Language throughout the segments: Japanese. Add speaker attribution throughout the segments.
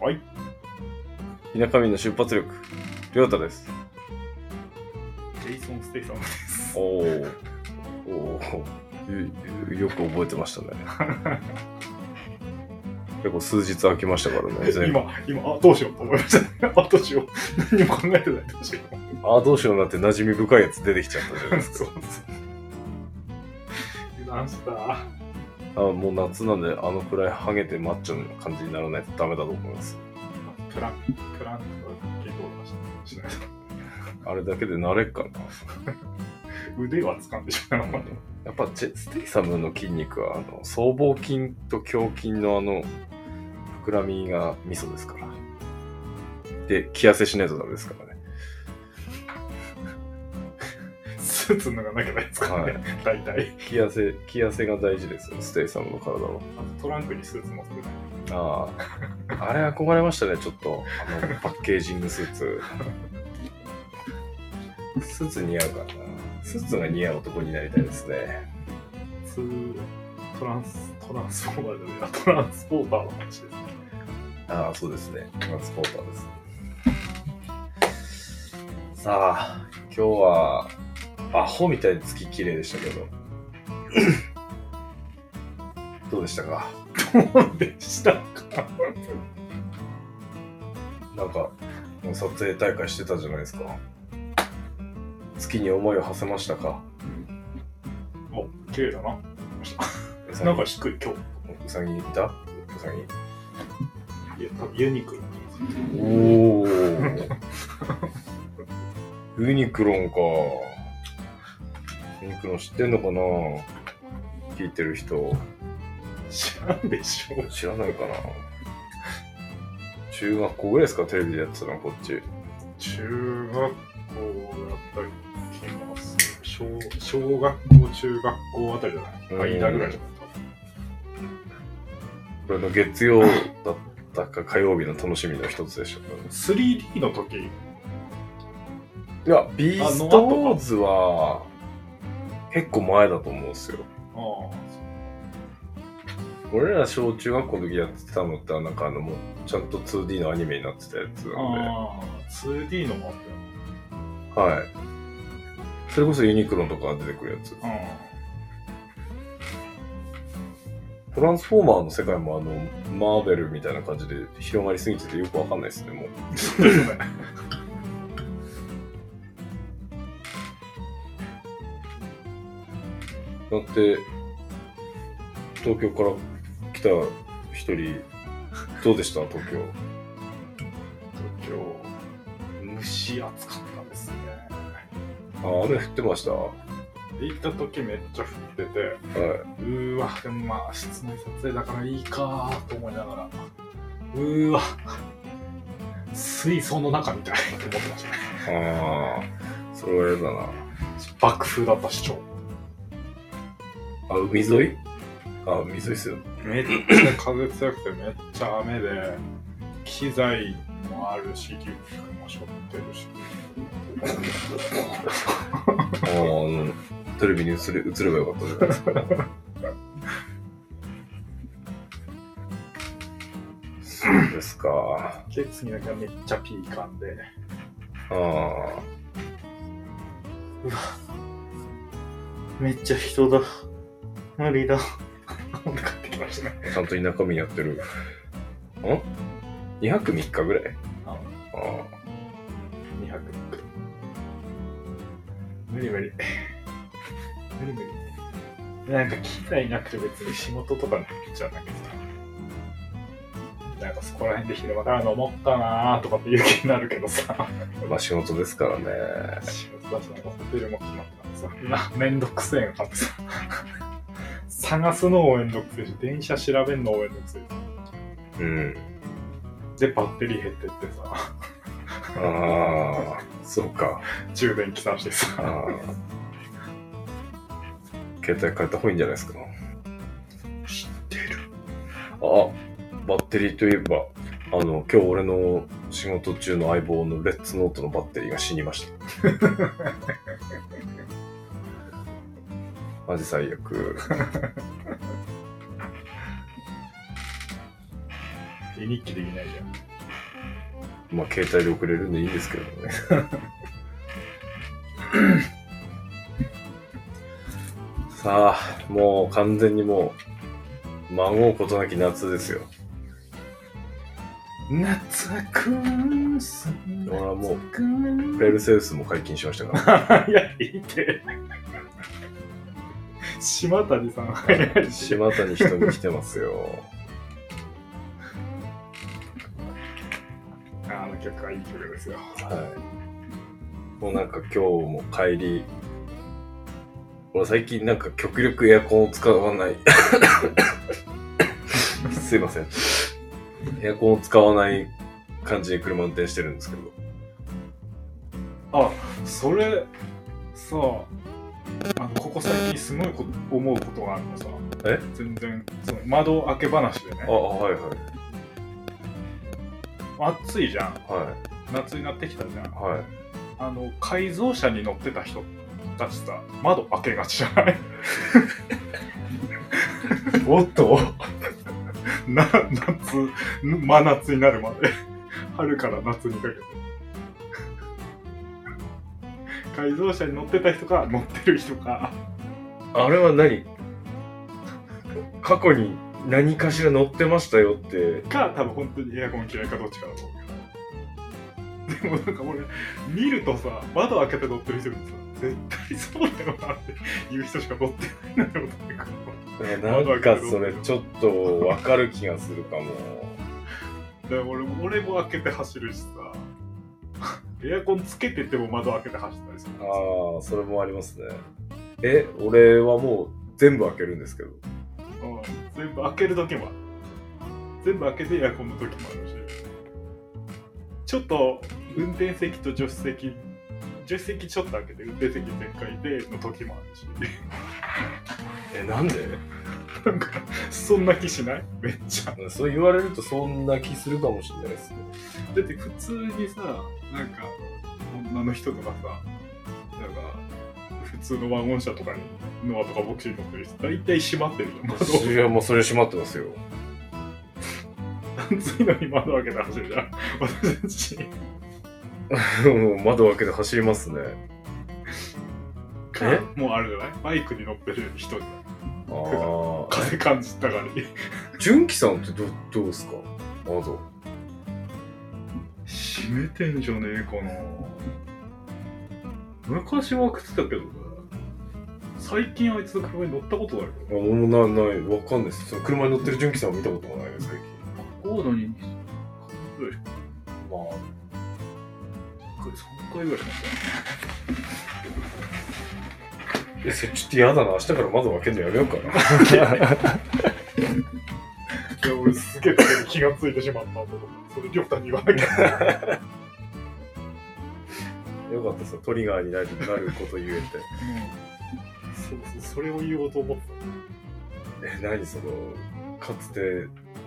Speaker 1: はい。ひなかみの出発力、りょうたです。
Speaker 2: ジェイソン・ステイサムです。
Speaker 1: おお。おお。よよく覚えてましたね。 結構数日空きましたから ね。全部
Speaker 2: 今、今、あ、どうしようと思いました、ね。あ、どうしよう。何も考えてない。どうしよう。
Speaker 1: ああ、どうしようなって馴染み深いやつ出てきちゃったじゃないで す
Speaker 2: そうそう。油断した。
Speaker 1: か。あもう夏なんで、あのくらいハゲてマッチョな感じにならないとダメだと思います。
Speaker 2: プランク、プランクは結構出した。しない
Speaker 1: あれだけで慣れっかな。
Speaker 2: 腕は掴んでしまう。
Speaker 1: やっぱジェステイサムの筋肉はあの僧帽筋と胸筋のあの膨らみがミソですからで気痩せしないとダメですからね
Speaker 2: スーツ脱がなきゃないですからね。
Speaker 1: は
Speaker 2: 大体。
Speaker 1: 気痩せ気痩せが大事ですよステイサムの体は
Speaker 2: あとトランクにスーツ持ってない。
Speaker 1: あああれ憧れましたねちょっとあのパッケージングスーツスーツ似合うかなスーツが似合う男になりたいですね
Speaker 2: スートランス、トランスフォーマーじゃないトランスポーターの話です。
Speaker 1: ああそうですねトランスポーターですさあ今日はアホみたいに月綺麗でしたけど どうでしたか
Speaker 2: そうでしたか。
Speaker 1: なんかもう撮影大会してたじゃないですか月に思いを馳せましたか
Speaker 2: お、綺麗だな。なんか低い、今日。
Speaker 1: うさぎいたうさぎ
Speaker 2: いや、多分ユニクロ。
Speaker 1: おお ユニクロンかユニクロン知ってんのかな聞いてる人
Speaker 2: 知らんでしょ。
Speaker 1: 知らないかな中学校ぐらいですかテレビでやってたのこっち
Speaker 2: 中学校だった気がする。小小学校、中学校あたりじゃない間ぐらいじゃ
Speaker 1: これの月曜だったか火曜日の楽しみの一つでしょうかね
Speaker 2: ない ?3D の時、
Speaker 1: いやビーストーズは結構前だと思うんですよ
Speaker 2: あ
Speaker 1: 俺ら小中学校の時やってたのってなんかあのもうちゃんと 2D のアニメになってたやつ
Speaker 2: あ
Speaker 1: なん
Speaker 2: ああ、2D のもあっ
Speaker 1: ではいそれこそユニクロとか出てくるやつ
Speaker 2: たよ。
Speaker 1: トランスフォーマーの世界もあのマーベルみたいな感じで広がりすぎててよくわかんないですねもう
Speaker 2: うん。そうですね。
Speaker 1: だって東京から来た一人どうでした東京
Speaker 2: 今日、蒸し暑かったですね。
Speaker 1: あ雨降ってましたは
Speaker 2: 行った時めっちゃ降ってて、うーわ、でもまあ、室内撮影だからいいかーと思いながら、うーわ、水槽の中みたいって思ってました。
Speaker 1: いああそれはやだな
Speaker 2: 爆風だったし超
Speaker 1: あ海沿いあ海沿いっすよ
Speaker 2: めっ ちゃ風強くてめっちゃ雨で機材もあるしリュックも背負ってるし
Speaker 1: あーあのテレビに映れ映ればよかったじゃないですかそうですか
Speaker 2: で次の日はめっちゃピーカンで
Speaker 1: ああ
Speaker 2: めっちゃ人だ無理だ買ってきましたね
Speaker 1: ちゃんと田舎民やってる。ん ?2 泊3日ぐらい
Speaker 2: あ
Speaker 1: ああ。
Speaker 2: 2泊無理無理無理無理なんか機材なくて別に仕事とかの時じゃなくてさなんかそこら辺で昼間から飲もっかなーとかっていう気になるけどさ
Speaker 1: まあ仕事ですからね。
Speaker 2: 仕事だしなんかホテルも決まったからさなめんどくせえのかってさ探すのもめんどくせえし電車調べんのもめんどくせえ
Speaker 1: うん。
Speaker 2: しでバッテリー減ってってさ
Speaker 1: ああ、そうか。
Speaker 2: 充電切算して
Speaker 1: あ
Speaker 2: さ
Speaker 1: あ。携帯変えた方がいいんじゃないですか。
Speaker 2: 知ってる
Speaker 1: あ、バッテリーといえば、あの、今日俺の仕事中の相棒のレッツノートのバッテリーが死にました。 マジ最悪。
Speaker 2: 絵日記できないじゃん。
Speaker 1: まあ、携帯で送れるんでいいんですけどね。 さあ、もう完全にもう、孫うことなき夏ですよ。
Speaker 2: 夏くんす
Speaker 1: 俺はもう
Speaker 2: くん
Speaker 1: ペルセウスも解禁しましたか ら。
Speaker 2: いや、いいって。島谷さん早いし。
Speaker 1: 島谷ひとみ来てますよ。
Speaker 2: あの曲はいい曲ですよ。
Speaker 1: はい。もうなんか今日も帰り、俺最近なんか極力エアコンを使わない。 すいません。エアコンを使わない感じで車運転してるんですけど。
Speaker 2: あ、それ、さあ、の、ここ最近すごいこと思うことがあるのさ。
Speaker 1: え
Speaker 2: 全然、その窓開け話で
Speaker 1: あ、あ
Speaker 2: ね。
Speaker 1: はいはい。
Speaker 2: 暑いじゃん。
Speaker 1: は
Speaker 2: 夏になってきたじゃん
Speaker 1: い。。はい。
Speaker 2: あの、改造車に乗ってた人たちさ、窓開けがちじゃない おっとな、夏、真夏になるまで。 春から夏にかけて。 改造車に乗ってた人か、乗ってる人か。
Speaker 1: あれは何過去に何かしら乗ってましたよって。
Speaker 2: か多分本当にエアコン嫌いかどっちかだと思うけどでもなんか俺見るとさ窓開けて乗ってる人にさ絶対そうだよなって言う人しか乗ってないんだよってか
Speaker 1: なんかそれちょっとわかる気がするかも。
Speaker 2: だから俺も俺も開けて走るしさ エアコンつけてても窓開けて走ったりする
Speaker 1: ああ、それもありますね。え、俺はもう全部開けるんですけど。
Speaker 2: うん、全部開ける時もある全部開けてエアコンの時もあるしちょっと運転席と助手席助手席ちょっと開けて運転席全開での時もあるし
Speaker 1: え、なんで
Speaker 2: なんか、そんな気しない めっちゃ。
Speaker 1: そう言われるとそんな気するかもしれないですね。
Speaker 2: だって普通にさ、なんか、女の人とかさ、なんか、普通のワゴン車とかに、ノアとかボクシーに乗ってる人、大体閉まってるじゃん、窓。
Speaker 1: いや、もうそれ閉まってますよ。
Speaker 2: 暑いのに窓開けて走るじゃん。 私たち、
Speaker 1: もう窓開けて走りますね。
Speaker 2: かもうあるじゃないバイクに乗ってる人じゃない
Speaker 1: ああ。
Speaker 2: 風感じたがり。
Speaker 1: 純喜さんってどどうですか窓。
Speaker 2: 閉めてんじゃねえかな昔は開けてたけどね最近あいつの車に乗ったことない
Speaker 1: あ俺もなない、わかんないです。その車に乗ってる純喜さんを見たこともないです、最近。
Speaker 2: 高度に
Speaker 1: ま
Speaker 2: 3回ぐらいしか
Speaker 1: あ、え、それちょっと嫌だな。明日から窓開けるのやめようか な。
Speaker 2: いや俺すげえ気がついてしまったと思ってそれ亮太に言わなきゃ
Speaker 1: よかったですよ。トリガーになるなること言えて。
Speaker 2: そうそうそれを言おうと思って
Speaker 1: え何そのかつて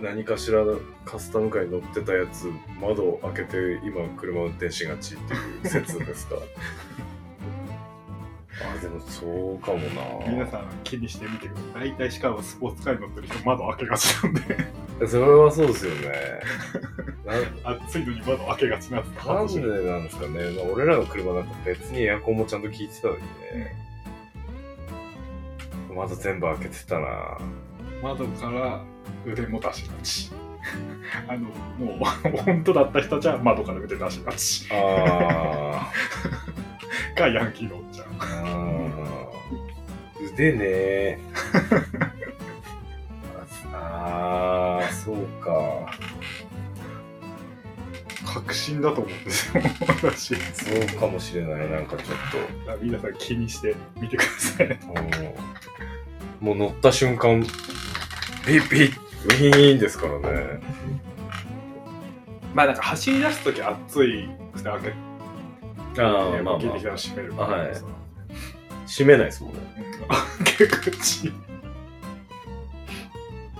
Speaker 1: 何かしらカスタムカーに乗ってたやつ窓を開けて今車運転しがちっていう説で すかあでもそうかも
Speaker 2: た皆
Speaker 1: な
Speaker 2: さん気にしてみてください大体しかもスポーツカーに乗ってる人窓開けがちなんで
Speaker 1: それはそうですよね な
Speaker 2: 暑いのに窓開けがちなんです
Speaker 1: なんでなんですかね、まあ、俺らの車なんか別にエアコンもちゃんと効いてたのにね窓全部開けてたな
Speaker 2: 窓から腕も出しがちあのもう本当だった人じゃ窓から腕出しがち
Speaker 1: あー
Speaker 2: かヤンキーのおっちゃん
Speaker 1: あー腕ね ーああ、そうか。
Speaker 2: 確信だと思うんですよ 私
Speaker 1: そうかもしれない。なんかちょっ
Speaker 2: 皆さん気にしてみてください
Speaker 1: と。うんもう乗った瞬間、ピッピッ、ウィーンですからね。
Speaker 2: まあなんか走り出す時暑いくて開けて
Speaker 1: あ
Speaker 2: 聞いてきたら閉める
Speaker 1: あはい閉めないですもんね。
Speaker 2: うん開け口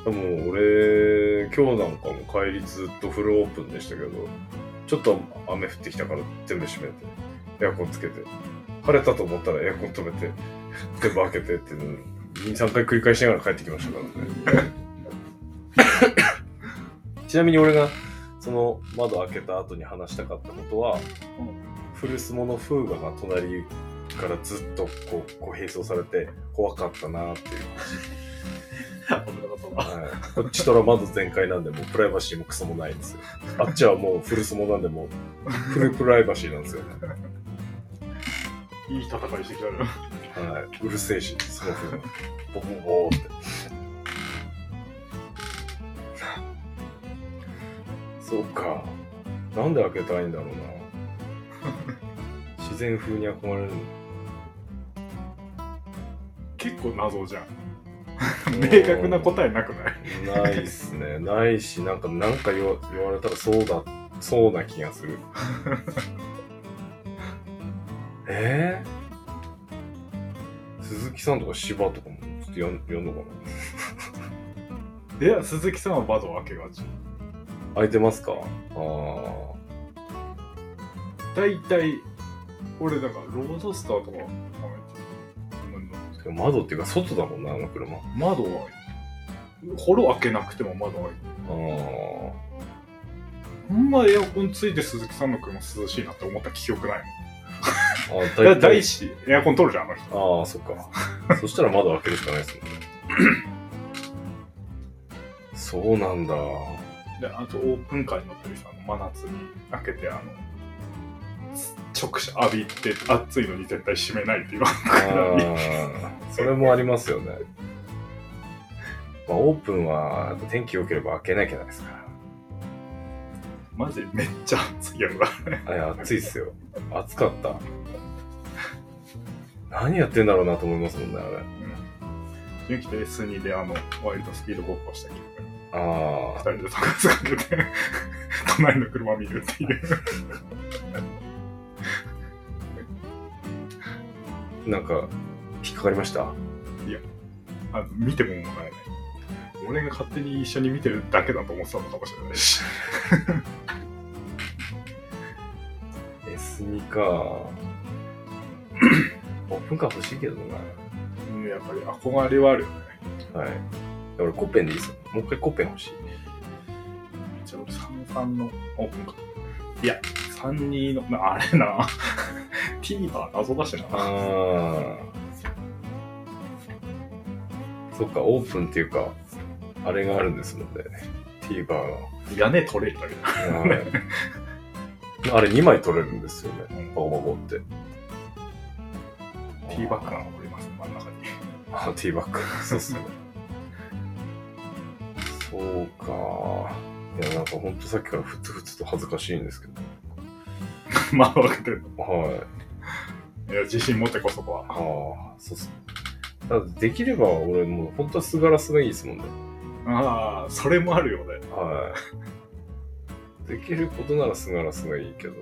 Speaker 1: でも俺、今日なんかも帰りずっとフルオープンでしたけど、ちょっと雨降ってきたから全部閉めて、エアコンつけて、晴れたと思ったらエアコン止めて、全部開けてっていうのを2、3回繰り返しながら帰ってきましたからね。ちなみに俺がその窓開けた後に話したかったことは、古巣物風雅が隣からずっとこうこう並走されて怖かったなっていう。はい、こっちとら窓全開なんで、もうプライバシーもクソもないんですよ。あっちはもうフルスモなんで、もうフルプライバシーなんですよね。
Speaker 2: いい戦いしてきたね。
Speaker 1: はい、うるせえし、すごく、ボボボーって。そうか。なんで開けたいんだろうな。自然風に憧れるの。
Speaker 2: 結構謎 じゃん。明確な答えなくない
Speaker 1: ないっすね。ないし、なんか、なんか言わ言われたらそうだ、そうな気がする。えー、鈴木さんとか芝とかもちょっとやんやんのかない
Speaker 2: や、鈴木さんは窓を開けがち。
Speaker 1: 空いてますかあー
Speaker 2: 大体、俺だからロードスターとか、あの
Speaker 1: でも窓っていうか外だもんな、あの車。あ
Speaker 2: 窓は開いて、ホロ開けなくても窓は開いて。
Speaker 1: ー
Speaker 2: ほんまエアコンついて鈴木さんの車涼しいなって思った記憶ない
Speaker 1: あー、
Speaker 2: もん。だ
Speaker 1: 大
Speaker 2: 第
Speaker 1: 体。
Speaker 2: 一、エアコン取るじゃん、あの人。
Speaker 1: ああ、そっか。そしたら窓開けるしかないですもんね。 そうなんだ。
Speaker 2: で、あとオープンカーに乗ってる人、あの真夏に開けて、あの、直射浴びて暑いのに絶対閉めないっていう の
Speaker 1: あーそれもありますよね。まあ、オープンは天気良ければ開けなきゃないですか
Speaker 2: マジめっちゃ暑いやろな。
Speaker 1: ら。いや、暑いっすよ。暑かった。何やってんだろうなと思いますもんね、あれ。
Speaker 2: 純喜と S2 であの、ワイルドスピードごっこしたけど、
Speaker 1: あ
Speaker 2: 二
Speaker 1: あ、
Speaker 2: 人で 高さかけて、隣の車見るっていう。
Speaker 1: なんか、引っかかりました
Speaker 2: あの見てももらえない。俺が勝手に一緒に見てるだけだと思ってたのかもしれないし。
Speaker 1: ?S2 か。オープンカー欲しいけどな。
Speaker 2: うんやっぱり憧れはあるよね。
Speaker 1: はい。俺、コッペンでいいっすよ。もう一回コッペン欲しい。
Speaker 2: じゃあ俺33のオープンか。いや、32の、なあれな。TVer 謎だしな。
Speaker 1: ああ。そっか、オープンっていうか、あれがあるんですもんね。TVer が。
Speaker 2: 屋根取れるだけだ。
Speaker 1: はいあれ2枚取れるんですよね。バコバコって。
Speaker 2: ティーバックが折れます、真ん中に。
Speaker 1: あ、ティーバッグ。そうっすね。そうか。いや、なんかほんとさっきからふつふつと恥ずかしいんですけ
Speaker 2: まあ分かってる。
Speaker 1: ど。はい。
Speaker 2: いや、自信持ってこそこは。
Speaker 1: ああ、そうっす。ただできれば俺もう本当はすがらすがいいですもんね。
Speaker 2: ああ、それもあるよね。
Speaker 1: はい。できることならすがらすがいいけど、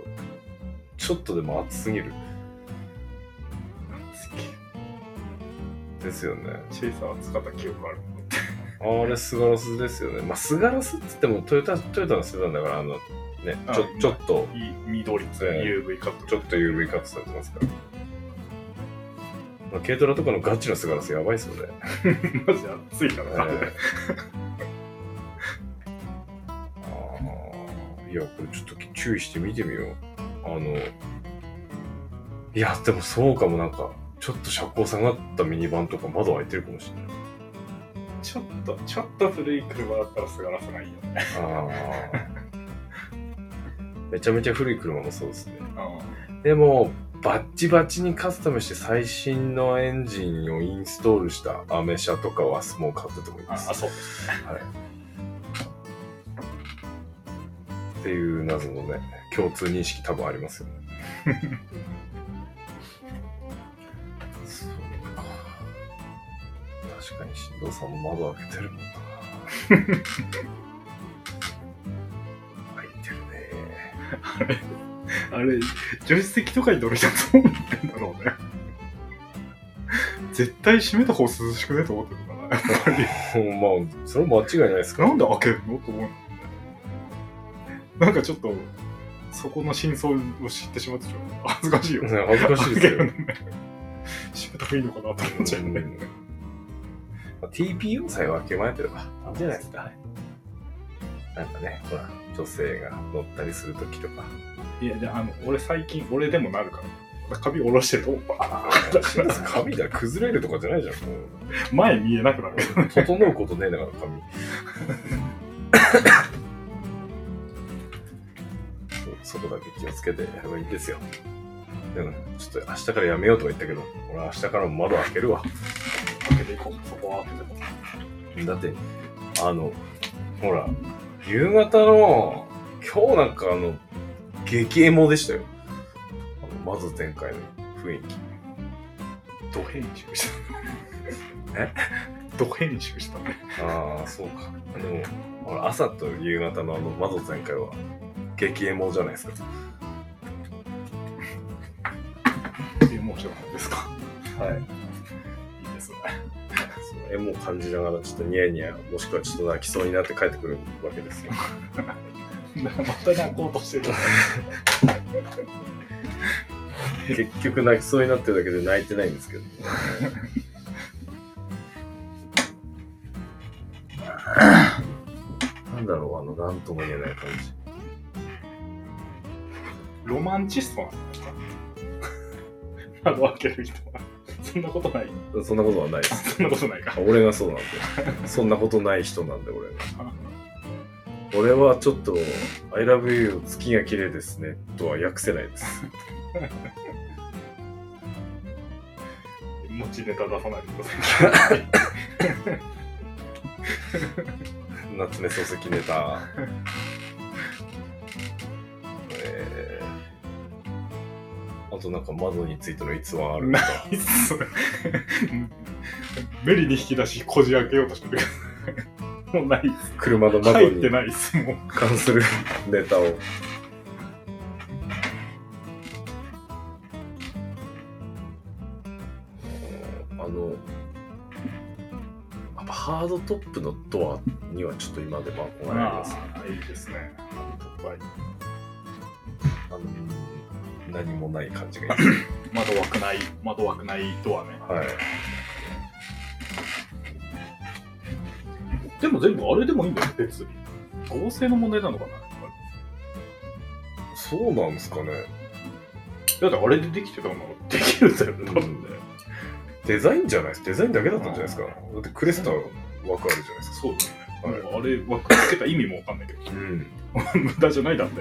Speaker 1: ちょっとでも暑すぎる。ですよね。
Speaker 2: シェイサーは使った記憶ある。
Speaker 1: あれ、すがらすですよね。まあ、すがらすって言っても、トヨタ、トヨタのセダンだから、あの、ね、ちょ
Speaker 2: あ、
Speaker 1: ちょっと、
Speaker 2: いい緑と
Speaker 1: ええ
Speaker 2: UV カット。
Speaker 1: ちょっと UV カットされてますから。まあ、軽トラとかのガチのすがらすやばいっすよね。
Speaker 2: マジ暑いからな。
Speaker 1: ええあーいや、これちょっと注意して見てみよう。あの、いや、でもそうかもなんか、ちょっと車高下がったミニバンとか窓開いてるかもしれない。
Speaker 2: ちょっと、ちょっと古い車だったらすがらさないよね。
Speaker 1: あーめちゃめちゃ古い車もそうですね。
Speaker 2: あ
Speaker 1: でも、バッチバチにカスタムして最新のエンジンをインストールしたアメ車とかはもう買ったと思い
Speaker 2: あ、
Speaker 1: ます。
Speaker 2: そう。
Speaker 1: っていう謎のね共通認識多分ありますよねそうか確かに新藤さんも窓開けてるもんな開いてるね
Speaker 2: あれ、助手席とかに乗る人はどう思ってんだろうね。絶対閉めた方涼しくねと思ってるからね。やっぱり。
Speaker 1: まあ、それは間違いないですか
Speaker 2: な
Speaker 1: ら。
Speaker 2: んで開けるのと思うなんかちょっと、そこの真相を知ってしまってちょっと恥ずかしいよ。
Speaker 1: ね恥ずかしいですよ。
Speaker 2: 知った方がいいのかなと思っちゃうね。
Speaker 1: まあ TPO さえ分けまえてれば、いいんじゃないですか。なんかね、ほら、女性が乗ったりするときとか。
Speaker 2: いや、じゃあ、あの、俺最近、俺でもなるから。髪下ろしてると、バー
Speaker 1: 髪だ、崩れるとかじゃないじゃん。もう
Speaker 2: ン前見えなくなる。
Speaker 1: 整うことねえんだから、髪。そうそこだけ気をつけてやればいいんですよ。でも、ちょっと明日からやめようとか言ったけど、俺は明日からも窓開けるわ。
Speaker 2: 開けていこう、そこは開けていこ
Speaker 1: だって、あの、ほら、夕方の、今日なんかあの、激エモでしたよ。あの、まず展開の雰囲気。
Speaker 2: う。ド編集した。
Speaker 1: え
Speaker 2: ド編集したね。
Speaker 1: ああ、そうか。でも、ほら、朝と夕方のあの、まず展開は、激エモじゃないですか。
Speaker 2: エモーションですか。
Speaker 1: はい。
Speaker 2: いいですね。
Speaker 1: そのエモを感じながら、ちょっとニヤニヤ、もしくはちょっと泣きそうになって帰ってくるわけです よ。
Speaker 2: だからまた泣こうとしてる。
Speaker 1: 結局泣きそうになってるだけで泣いてないんです けど。なんだろう、あの、なんとも言えない感じ。
Speaker 2: ロマンチストなんですか窓開ける人は。そんなことない。
Speaker 1: そんなことはないです。
Speaker 2: そんなことないか。
Speaker 1: 俺がそうなんで。そんなことない人なんで、俺が。俺はちょっと、I love you 月が綺麗ですね、とは訳せないです。
Speaker 2: 持ちネタ出さないでください。
Speaker 1: 夏目漱石ネタ。えー、あとなんか窓についての逸話あるとか。
Speaker 2: いっすね無理に引き出しこじ開けようとしてるけどもうないっす
Speaker 1: 車の窓
Speaker 2: 入っ
Speaker 1: に
Speaker 2: てないっすもう
Speaker 1: 関するネタを。あの、やっぱハードトップのドアにはちょっと今でも憧れます。
Speaker 2: あいいですね
Speaker 1: あの何もない感じがいい。
Speaker 2: 窓枠ない窓枠ないドアね
Speaker 1: はい。
Speaker 2: でも全部あれでもいいんだよ別に合成の問題なのかなやっぱ
Speaker 1: そうなんですかね。
Speaker 2: りだってあれでできてたものできるんだよ多分ね
Speaker 1: デザインじゃないです。デザインだけだったんじゃないですか。だ
Speaker 2: う
Speaker 1: ってクレスタ枠あるじゃないですか。
Speaker 2: そうだ
Speaker 1: は
Speaker 2: よ
Speaker 1: い
Speaker 2: ね、もうあれ枠つけた意味もわかんないけど
Speaker 1: うん。
Speaker 2: 無駄じゃないだって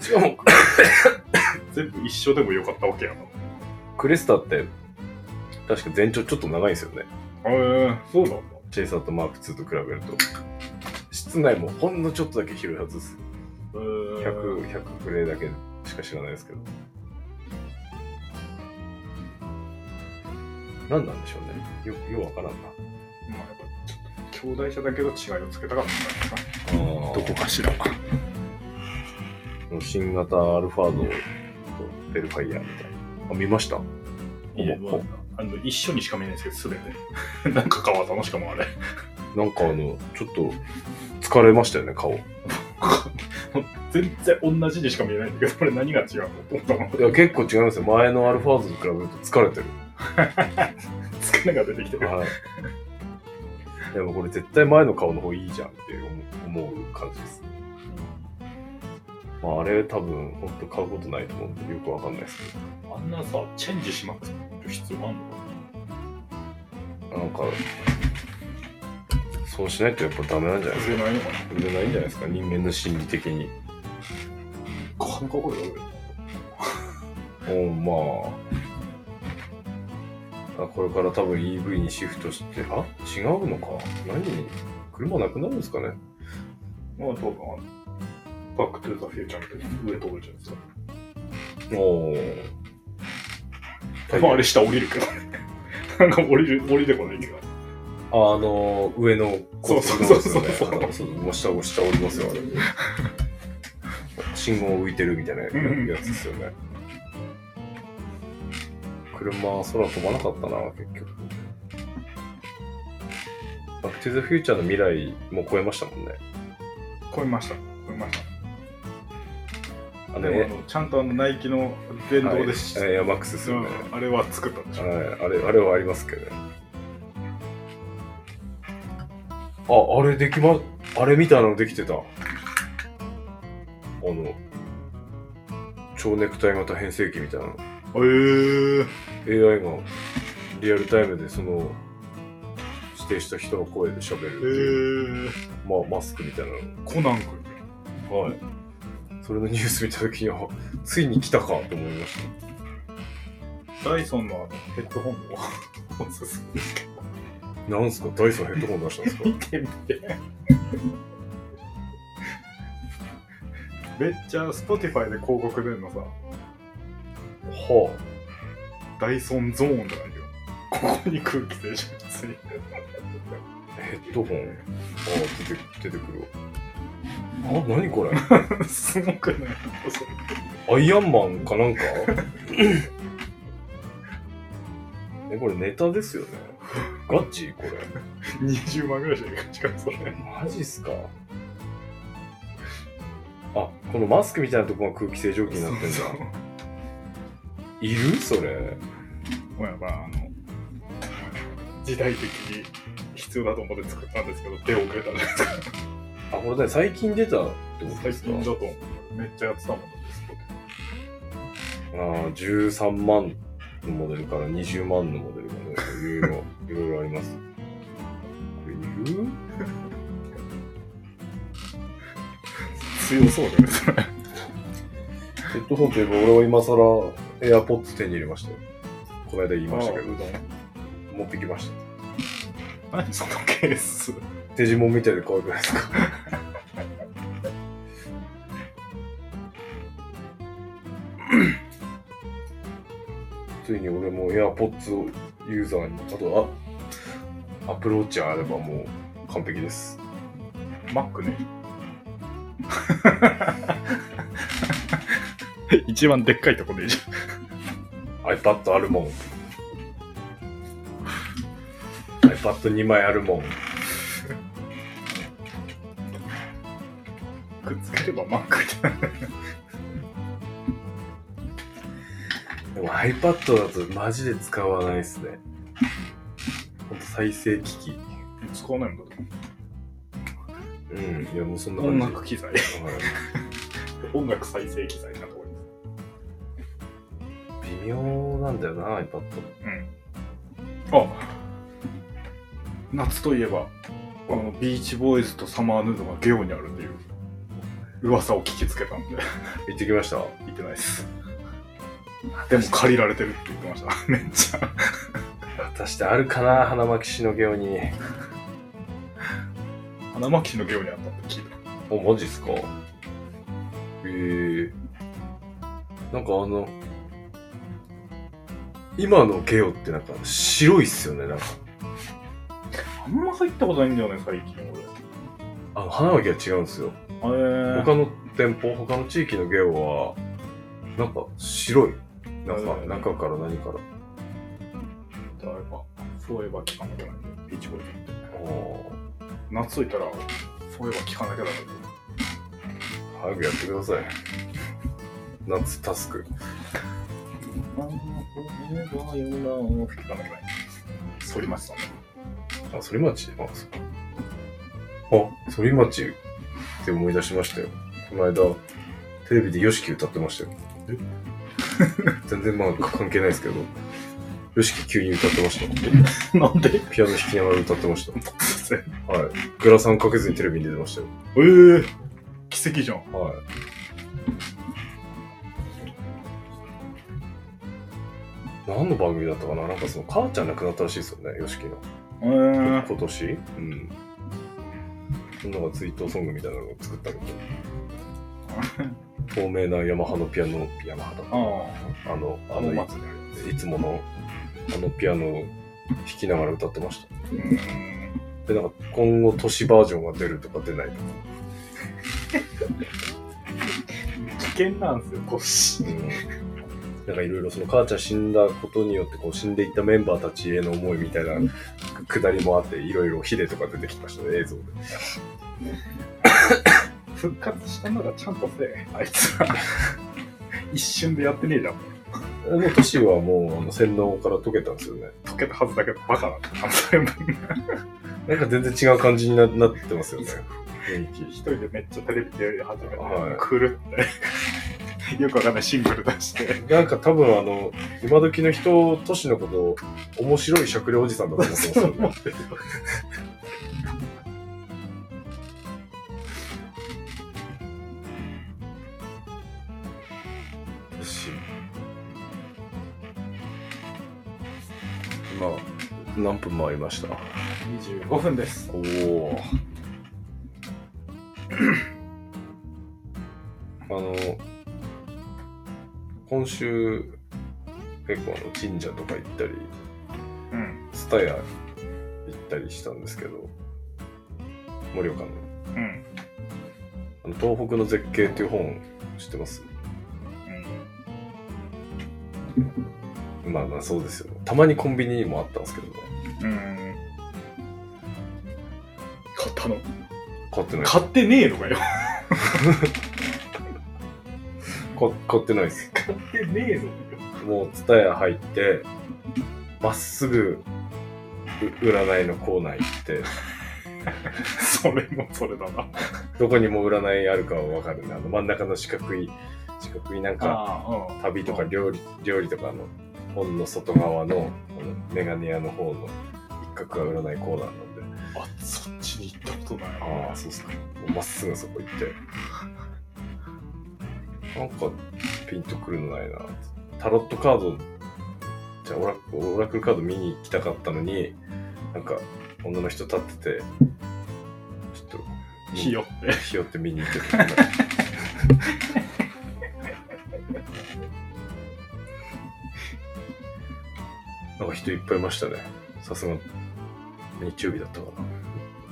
Speaker 1: しかも、
Speaker 2: 全部一緒でもよかったわけやな
Speaker 1: クレスタって、確か全長ちょっと長いんですよね。
Speaker 2: へえそうなんだ
Speaker 1: チェイサーとマーク2と比べると。室内もほんのちょっとだけ広いはずです。
Speaker 2: へー
Speaker 1: 100、100プレイだけしか知らないですけど。何なんでしょうね。よく、ようわからんな。
Speaker 2: まあやっぱちょっと兄弟者だけど違いをつけたかったんですか
Speaker 1: どこ
Speaker 2: かしら
Speaker 1: 新型アルファードとベルファイヤーみたいな。あ、見ました
Speaker 2: いやまああの一緒にしか見えないですけど全て なんか川田のしかもあれ
Speaker 1: なんかあの、ちょっと疲れましたよね、顔。い
Speaker 2: 全然同じにしか見えないんだけどこれ何が違うのと思ったの
Speaker 1: や、結構違いますよ。前のアルファードと比べると疲れて
Speaker 2: 疲れが出てきて
Speaker 1: る。
Speaker 2: る
Speaker 1: はい。でもこれ絶対前の顔の方いいじゃんって思う思う感じです。まあ、あれ多分、本当買うことないと思うんで、よくわかんないですけ
Speaker 2: あんなさチェンジしまくる必要あんのか
Speaker 1: ど。なんか、そうしないとやっぱダメなんじゃないです
Speaker 2: 崩れないのかな
Speaker 1: か。売れないんじゃないですか、人間の心理的に。
Speaker 2: 金かかるよ
Speaker 1: うん、まあ。あこれから多分 EV にシフトして、あ違うのか。何に車なくなるんですかね。
Speaker 2: まあどうかなバックトゥーザフューチャーみたいな上飛ぶじゃないですか
Speaker 1: お
Speaker 2: まああ
Speaker 1: あ
Speaker 2: れ下降りるけどね なんか降りる降りてこないけど
Speaker 1: あの、上の高速道路ですよね。
Speaker 2: そうそうそうそう
Speaker 1: あのもう下を下降りますよ、あれ。信号浮いてるみたいなや
Speaker 2: うん
Speaker 1: つですよね。車、空飛ばなかったな、結局。 to the future の未来も超えましたもんね。
Speaker 2: 超えました。超えました。
Speaker 1: あの、
Speaker 2: でもあの、ちゃんとあの、ナイキの電動でし、
Speaker 1: はいエアマックスです
Speaker 2: う
Speaker 1: よね。
Speaker 2: んあれは作ったんでしょ。
Speaker 1: はい、あれ、あれはありますけどね。あ、あれできま、あれみたいなのできてた。あの、蝶ネクタイ型変成器みたいなの。
Speaker 2: えー、
Speaker 1: AI がリアルタイムでその、指定した人の声で喋るっ
Speaker 2: え
Speaker 1: ていう、
Speaker 2: ー、
Speaker 1: まあ、マスクみたいな
Speaker 2: コナン君。
Speaker 1: の。はい。それのニュース見た時には、ついに来たかと思いまし
Speaker 2: ダイソンのあのヘッドホンをおすすめ
Speaker 1: た。なんすかダイソンヘッドホン出したんですか
Speaker 2: 見てみて。めっちゃ Spotify で広告出るのさ、
Speaker 1: は
Speaker 2: ダイソンゾーンってなるよ。ここに空気清浄機ついてる。
Speaker 1: あ、ヘッドホン。ああ、出て、出てくるわ。あ、何これ
Speaker 2: すごくない
Speaker 1: アイアンマンかな んかえ、これネタですよね。ガチこれ。
Speaker 2: ?20 万ぐらいじゃないか、しかもそれ。
Speaker 1: マジっすかあ、このマスクみたいなとこが空気清浄機になってんだ。
Speaker 2: そうそう
Speaker 1: いるそれ。
Speaker 2: まあまあ、あの、時代的に必要だと思って作ったんですけど、手遅れたんですか
Speaker 1: あ、これね、最近出たってことで
Speaker 2: 最
Speaker 1: す
Speaker 2: 近だ
Speaker 1: か
Speaker 2: と思う。めっちゃやってたもんです。
Speaker 1: あー13万のモデルから20万のモデルまで、いろいろ、いろいろあります。これいる
Speaker 2: 強そうだよね、それ。
Speaker 1: ヘッドホンといえば俺は今更 AirPods 手に入れましたよ。この間言いましたけど、持ってきました。
Speaker 2: 何そのケース。
Speaker 1: デジモンみたいで可愛くないですか ついに俺も AirPods をユーザーに、あとあ、アプローチあればもう完璧です。
Speaker 2: マック ね。一番でっかいとこでいいじ
Speaker 1: iPad あるもん。iPad2 枚あるもん。
Speaker 2: ゃん。くっつければマックじゃん。
Speaker 1: でも iPad だとマジで使わないですね。ほんと再生機器。
Speaker 2: 使わないもんだと
Speaker 1: うん。いやもうそんな
Speaker 2: 思う。音
Speaker 1: 感じ。
Speaker 2: 楽機材。
Speaker 1: は
Speaker 2: 音楽再生機材なとこ
Speaker 1: い微妙なんだよな、iPad。
Speaker 2: ろに。あ夏といえば、あの、ビーチボーイズとサマーヌードがゲオにあるっていう噂を聞きつけたんで、
Speaker 1: 行ってきました。
Speaker 2: 行ってない です。でも借りられてるって言ってました。 めっちゃ。
Speaker 1: 果たしてあるかな、花巻しのゲオに。
Speaker 2: 花巻市のゲオにあったって聞いた。
Speaker 1: お、マジっすか。へえなんかあの、今のゲオってなんか白いっすよね、なんか。
Speaker 2: あんま入ったことないんだよね、最近俺。
Speaker 1: あの、花巻は違うんですよ。
Speaker 2: えー、
Speaker 1: 他の店舗、他の地域のゲオは、なんか白い。なんか
Speaker 2: えー
Speaker 1: 中から何から。
Speaker 2: 誰か、フォーエバー聞かなきゃなんで、ビーチボーイズって。
Speaker 1: ああ
Speaker 2: 夏ついたら、フォーエバー聞かなきゃだめ
Speaker 1: 早くやってください。夏タスク。
Speaker 2: だ。フォーエバーよな聞かなきゃない。反町さんね。
Speaker 1: あ、反町あ、そう。あ、反町って思い出しましたよ。この間、テレビで YOSHIKI 歌ってましたよ。 全然まあ関係ないですけど、YOSHIKI 急に歌ってました。
Speaker 2: なんで
Speaker 1: ピアノ弾きながら歌ってました。
Speaker 2: 突然。
Speaker 1: はい。グラサンかけずにテレビに出てましたよ。
Speaker 2: えー、奇跡じゃん。
Speaker 1: はい。何の番組だったかななんかその母ちゃん亡くなったらしいですよね、YOSHIKI の。
Speaker 2: えー、
Speaker 1: 今年うん。そんなのが追悼ソングみたいなのを作ったけど、透明なヤマハのピアノ、ヤマハだっ
Speaker 2: ああ、
Speaker 1: たあの、あ
Speaker 2: あの
Speaker 1: の、い
Speaker 2: 松にあります。
Speaker 1: いつもの、あのピアノを弾きながら歌ってました。
Speaker 2: うーん。
Speaker 1: で、なんか今後都市バージョンが出るとか出ないとか。
Speaker 2: 危険なんですよ、腰。
Speaker 1: うん。なんかいろいろその母ちゃん死んだことによってこう死んでいったメンバーたちへの思いみたいなく下りもあって、いろいろヒデとか出てきましたね、映像で。
Speaker 2: 復活したならちゃんとせえ、あいつは。一瞬でやってねえじゃん。
Speaker 1: あの都市はもうあの洗脳から解けたんですよね。
Speaker 2: 溶けたはずだけど、バカなんだ。あのそれも
Speaker 1: なんか全然違う感じにななってますよね。雰囲気。
Speaker 2: 一人でめっちゃテレビで始めて、
Speaker 1: はい
Speaker 2: 狂って、よくわかんないシングル出して、
Speaker 1: なんか多分あの、今時の人、都市のことを面白いしゃくれおじさんだと思ってますよね。都市今、何分回りました
Speaker 2: 25分です。
Speaker 1: おお。あの、今週、結構あの神社とか行ったり、
Speaker 2: うん。
Speaker 1: ツタヤ行ったりしたんですけど、盛岡の。
Speaker 2: うん。
Speaker 1: あの東北の絶景っていう本知ってますまあまあそうですよ。たまにコンビニにもあったんですけどね。
Speaker 2: うん。うん。買ったの
Speaker 1: 買ってない。
Speaker 2: 買ってねえのかよ。
Speaker 1: こ買ってないです。
Speaker 2: 買ってねえの
Speaker 1: もうツタヤ入って、まっすぐ、う占いのコーナー行って、
Speaker 2: それもそれだな。
Speaker 1: どこにも占いあるかは分かるね。あの真ん中の四角い、四角いなんか、
Speaker 2: ああ、うん。
Speaker 1: 旅とか料理、料理とかの本の外側の、このメガネ屋の方の一角が占いコーナーなんで。
Speaker 2: あ、そっちに行ったことないな。
Speaker 1: ああ、そうっすか。もうまっすぐそこ行って。なんか、ピンとくるのないな。タロットカード、じゃあオラオラクルカード見に行きたかったのに、なんか、女の人立ってて、ちょっと、
Speaker 2: ひよって。
Speaker 1: ひよって見に行ってた。 なんか人いっぱいいましたね。さすが日曜日だったかな。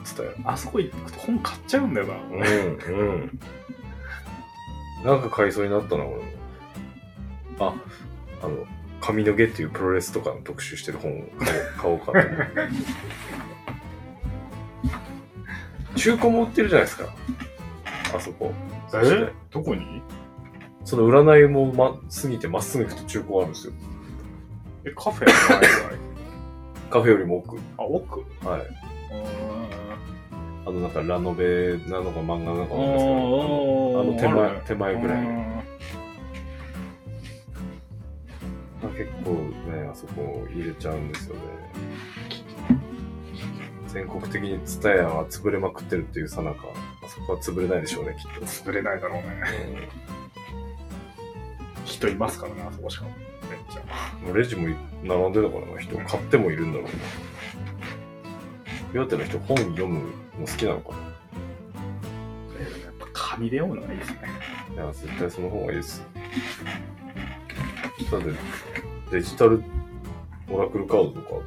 Speaker 1: つたよ。
Speaker 2: あそこ行くと本買っちゃうんだよな。
Speaker 1: うんうん。なんか買いそうになったな、俺も。あ、あの、髪の毛っていうプロレスとかの特集してる本を買おう買おうかと思って。 中古も売ってるじゃないですか。あそこ。
Speaker 2: えどこに
Speaker 1: その占いもま、過ぎてまっすぐ行くと中古があるんですよ。
Speaker 2: え、カフェの前ぐらい。
Speaker 1: カフェよりも奥。
Speaker 2: あ、奥う
Speaker 1: はい。
Speaker 2: ーん。
Speaker 1: あの、なんかラノベなのか漫画なのか
Speaker 2: あ
Speaker 1: わかんないですけど。あの
Speaker 2: の
Speaker 1: 手前、手前ぐらい。まあ結構ね、あそこ入れちゃうんですよね。全国的にツタヤは潰れまくってるっていうさなか、あそこは潰れないでしょうね、きっと。
Speaker 2: 潰れないだろうね。
Speaker 1: う
Speaker 2: 人いますからね、あそこしかも。めっちゃ。
Speaker 1: んもうレジも並んでたからな、人。買ってもいるんだろうな。岩手の人、本読むの好きなのか
Speaker 2: やっぱ紙で読むのがいいですね。
Speaker 1: ないや、絶対その方がいいです。だって、デジタルオラクルカードと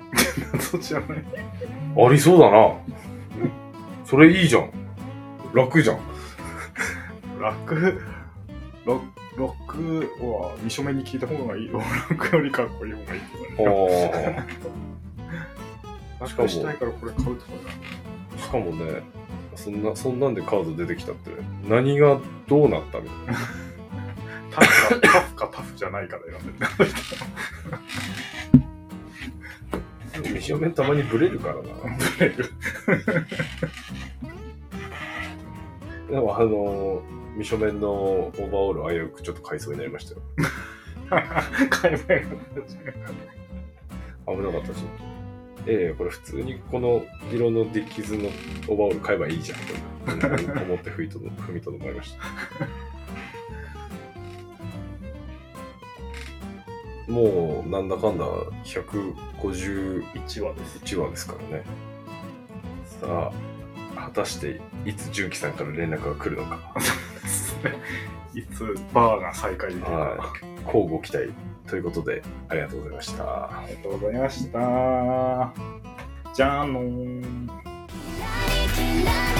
Speaker 2: そっちじゃない。
Speaker 1: か、ありそうだな。それいいじゃん。楽じゃん。
Speaker 2: 楽、ロロックは二正面に聞いた方がいい よ。ロックよりかっこいい方がいいとかね。
Speaker 1: ああ。しか
Speaker 2: 楽したい
Speaker 1: も、
Speaker 2: からこれ買うとか
Speaker 1: しかもね、そんな、そんなんでカード出てきたって、何がどうなったみたいな。
Speaker 2: な。タフか、タフかタフじゃないから選んでる。
Speaker 1: 見た目たまにブレるからな。でも、あのー、未書面のオーバーオール危うくちょっと買いそうになりましたよ。
Speaker 2: 買えばいいの
Speaker 1: 危なかったし。ええこれ普通にこの色のディキズのオーバーオール買えばいいじゃんと思って踏みとど踏みとどまりました。もうなんだかんだ151
Speaker 2: 1話です。
Speaker 1: 話ですからね。さあ、果たしていつ重機さんから連絡が来るのか。
Speaker 2: いつバーが再開できるか。
Speaker 1: はい。交互期待ということで、ありがとうございました。
Speaker 2: ありがとうございました。じゃあのー。
Speaker 3: 「きらめ